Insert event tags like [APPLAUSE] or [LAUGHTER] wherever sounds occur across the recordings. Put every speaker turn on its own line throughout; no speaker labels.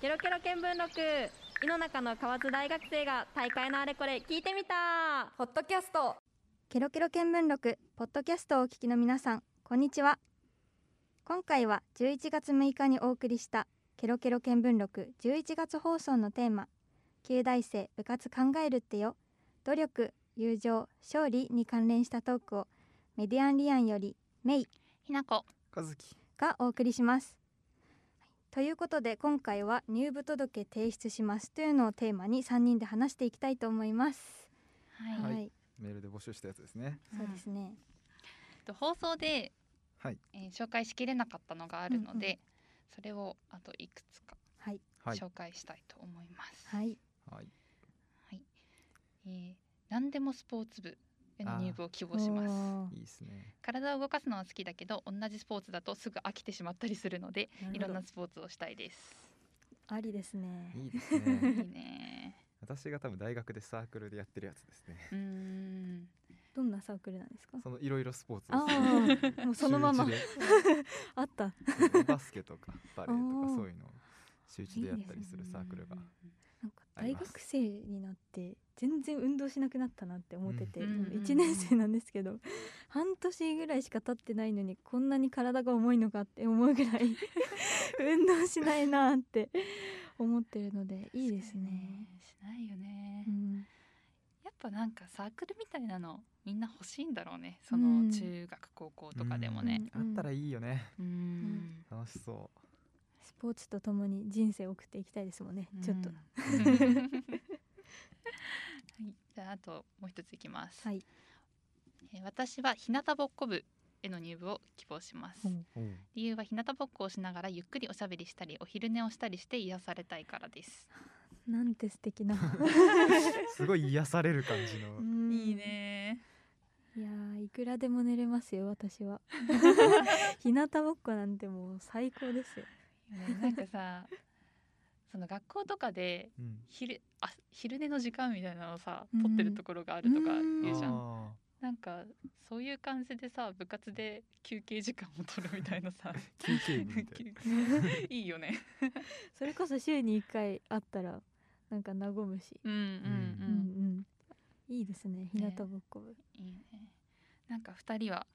ケロケロ見聞録井の中の河津大学生が大会のあれこれ聞いてみた
ポッドキャスト
ケロケロ見聞録ポッドキャストをお聞きの皆さんこんにちは今回は11月6日にお送りしたケロケロ見聞録11月放送のテーマ旧大生部活考えるってよ努力友情勝利に関連したトークをメディアンリアンよりメイ
ひなこ
かずき
がお送りします。ということで今回は入部届提出しますというのをテーマに3人で話していきたいと思います。
はい、
はい
はい、
メールで募集したやつですね
そうですね。
と放送で、
はい
えー紹介しきれなかったのがあるので、それをあといくつか
はい
はい
紹介したいと思います。
はい
はい
えー何でもスポーツ部への入部を希望し
お
ます。
ー
いいですね
体を動かすのは好きだけど同じスポーツだとすぐ飽きてしまったりするのでいろんなスポーツをしたい
[LAUGHS]
です。
ありですね。
いいです
い
[LAUGHS]
ね
いね。
私が多分大学でサークルでやってるやつですね
うーん。
どんなサークルなんですか？
そのいろいろスポーツです
あ
ね
あ、もうそのまま
週一
あった。
でそうバスケとかバレーと
お
か
ー
そういうのを週一でやったりするサークルが
なんか
あり
大
ます
学生になって全然運動しなくなったなって思ってて、
うんうんうん
1年生なんですけど半年ぐらいしか経ってないのにこんなに体が重いのかって思うぐらい運動しないなって思ってるのでいいですね。。
しないよね。
うん
やっぱなんかサークルみたいなのみんな欲しいんだろうね。そ
うん
の中学高校とかでもね。
あったらいいよね
うーん。
楽しそ
スポーツとともに人生を送っていきたいですもんね、ちょっと
うん [LAUGHS] は
ううん
い。じゃああともう一ついきます。
はい
えー私は日向ぼっこ部への入部を希望します。
うん
うん
理由は日向ぼっこをしながらゆっくりおしゃべりしたりお昼寝をしたりして癒されたいからです。
なんて素敵な
すごい癒される感じの
うん
ね。
いやーいくらでも寝れますよ私は [LAUGHS] 日向ぼっこなんてもう最高ですよ
なんかさ、 [LAUGHS] その学校とかで
うん
昼あ昼寝の時間みたいなのをさ
うん
取ってるところがあるとか言うじゃん、
あ
なんかそういう感じでさ部活で休憩時間を取るみたいなさ
ー休憩日みたい
休いいよね
それこそ週に1回あったらなんか和むし、
うんうん
う
うんん、
うん、いいですね日向ぼっこ部、
いいねなんか二人は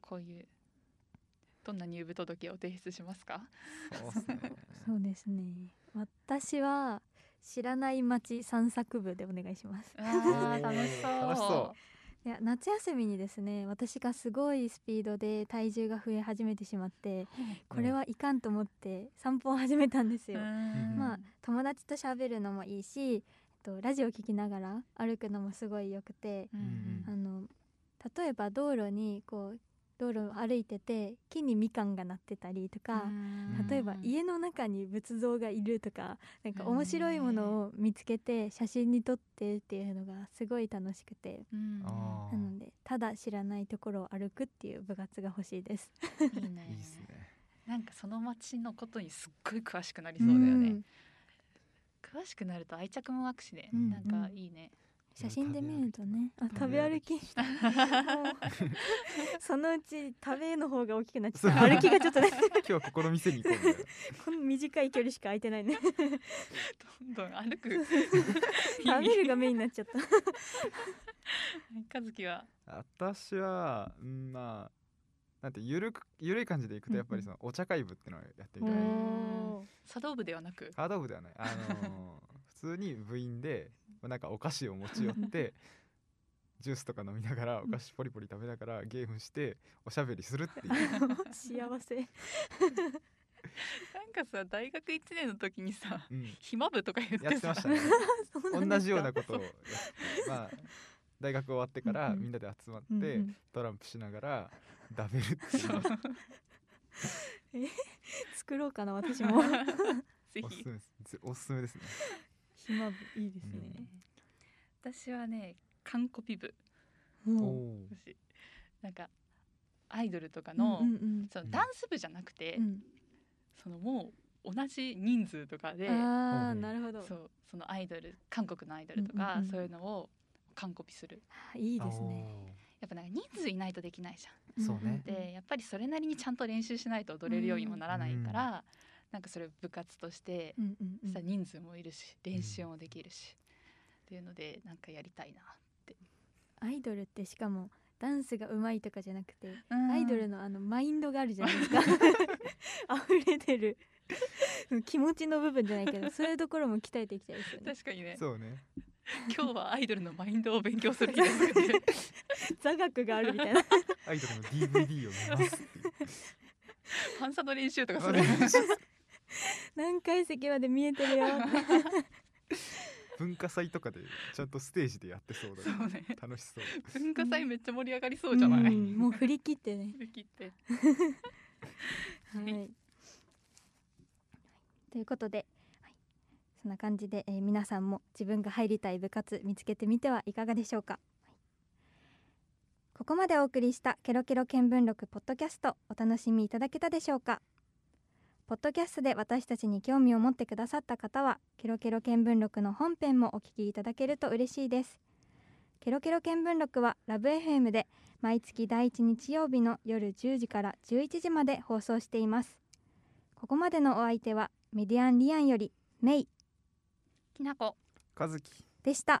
こういうどんな入部届を提出しますか
なそうですね
そうですね私は知らない街散策部でお願いします
あ
ー
楽しそう
[LAUGHS] 楽しそ
いや夏休みにですね私がすごいスピードで体重が増え始めてしまってこれはいかんと思って散歩を始めたんですよ、
ん
まあ友達と喋るのもいいし、えっと、ラジオ聞きながら歩くのもすごいよくて
う
うん
ん
あの例えば道路にこう道路を歩いてて木にみかんがなってたりとか、
うん
例えば家の中に仏像がいるとかなんか面白いものを見つけて写真に撮ってっていうのがすごい楽しくて、
うん
あ
な
ー
のでただ知らないところを歩くっていう部活が欲しいです。
いいね
いいですね
なんかその町のことにすっごい詳しくなりそうだよね、
うん
詳しくなると愛着も湧くしね、
うん
なんかいいね
写真で見るとねあ食
食
べ
べ
歩
歩
きも
き
うそのうち食べの方が大きくなっちゃった歩きがちょっとね [LAUGHS]
[LAUGHS] 今日はここの店に行こうみたいな
この短い距離しか空いてないね
どんどん
[LAUGHS]
歩く
食べ
[LAUGHS]
るがメインになっちゃった
和樹は
私はうんまあなんてゆるくゆるい感じでいくとやっぱりそのお茶会部ってのをやってみたい、
うん
おー
茶道部ではなく
ハード部ではないあ
[LAUGHS]
のー普通に部員でまあなんかお菓子を持ち
[LAUGHS]
寄ってジュースとか飲みながらお菓子ポリポリ食べながらゲームしておしゃべりするっていう
[LAUGHS] 幸せ
なんかさ大学1年の時にさ
うん、
暇部とか言って
やってました
[LAUGHS]
ね同じようなことをやっててまあ大学終わってから
うんうん
みんなで集まって、
うんうん
トランプしながら食べるっていう
[LAUGHS]
そう
作ろうかな私も
[LAUGHS] ぜ
おす
ひ
すめですおすすめですね
[LAUGHS] 暇部いいです
ね
私はね完コピ部
もう
おー
私なんかアイドルとかの,、
のうん
その
うん
ダンス部じゃなくて、
うん
そのもう同じ人数とかで
ああ
うん
なるほど
そうそのアイドル韓国のアイドルとか、
うんうんうん
そういうのを完コピする
あいいですね
やっぱなんか人数いないとできないじゃん
おーそうね
でやっぱりそれなりにちゃんと練習しないと踊れるようにもならないから、なんかそれを部活として、
うんうんうん
さ人数もいるし練習もできるし、っていうのでなんかやりたいな、
アイドルってしかもダンスが上手いとかじゃなくて、アイドルのあのマインドがあるじゃない [LAUGHS] ですか溢れてる [LAUGHS] 気持ちの部分じゃないけどそういうところも鍛えていきたいですよね
確かにね
そうね
今日はアイドルのマインドを勉強する日ですよね
座学があるみたいな
アイドルの DVD を見ますっていう
反射の練習とか
あ
す
の
る
何階席まで見えてるよって
文化祭とかでちゃんとステージでやってそうだ
そ
ね
うね
楽しそう
文化祭めっちゃ盛り上がり [LAUGHS] そうじゃない、
うんもう振り切ってね
できて
はいい、ということで、はい、そんな感じで、えー皆さんも自分が入りたい部活見つけてみてはいかがでしょうか、はいここまでお送りした「ケロケロ見聞録」ポッドキャストお楽しみいただけたでしょうかポッドキャストで私たちに興味を持ってくださった方は「ケロケロ見聞録」の本編もお聞きいただけると嬉しいですケロケロ見聞録はラブ FM で毎月第1日曜日の夜10時から11時まで放送していますここまでのお相手はメディアンリアンよりメイ
きなこ
和樹
でした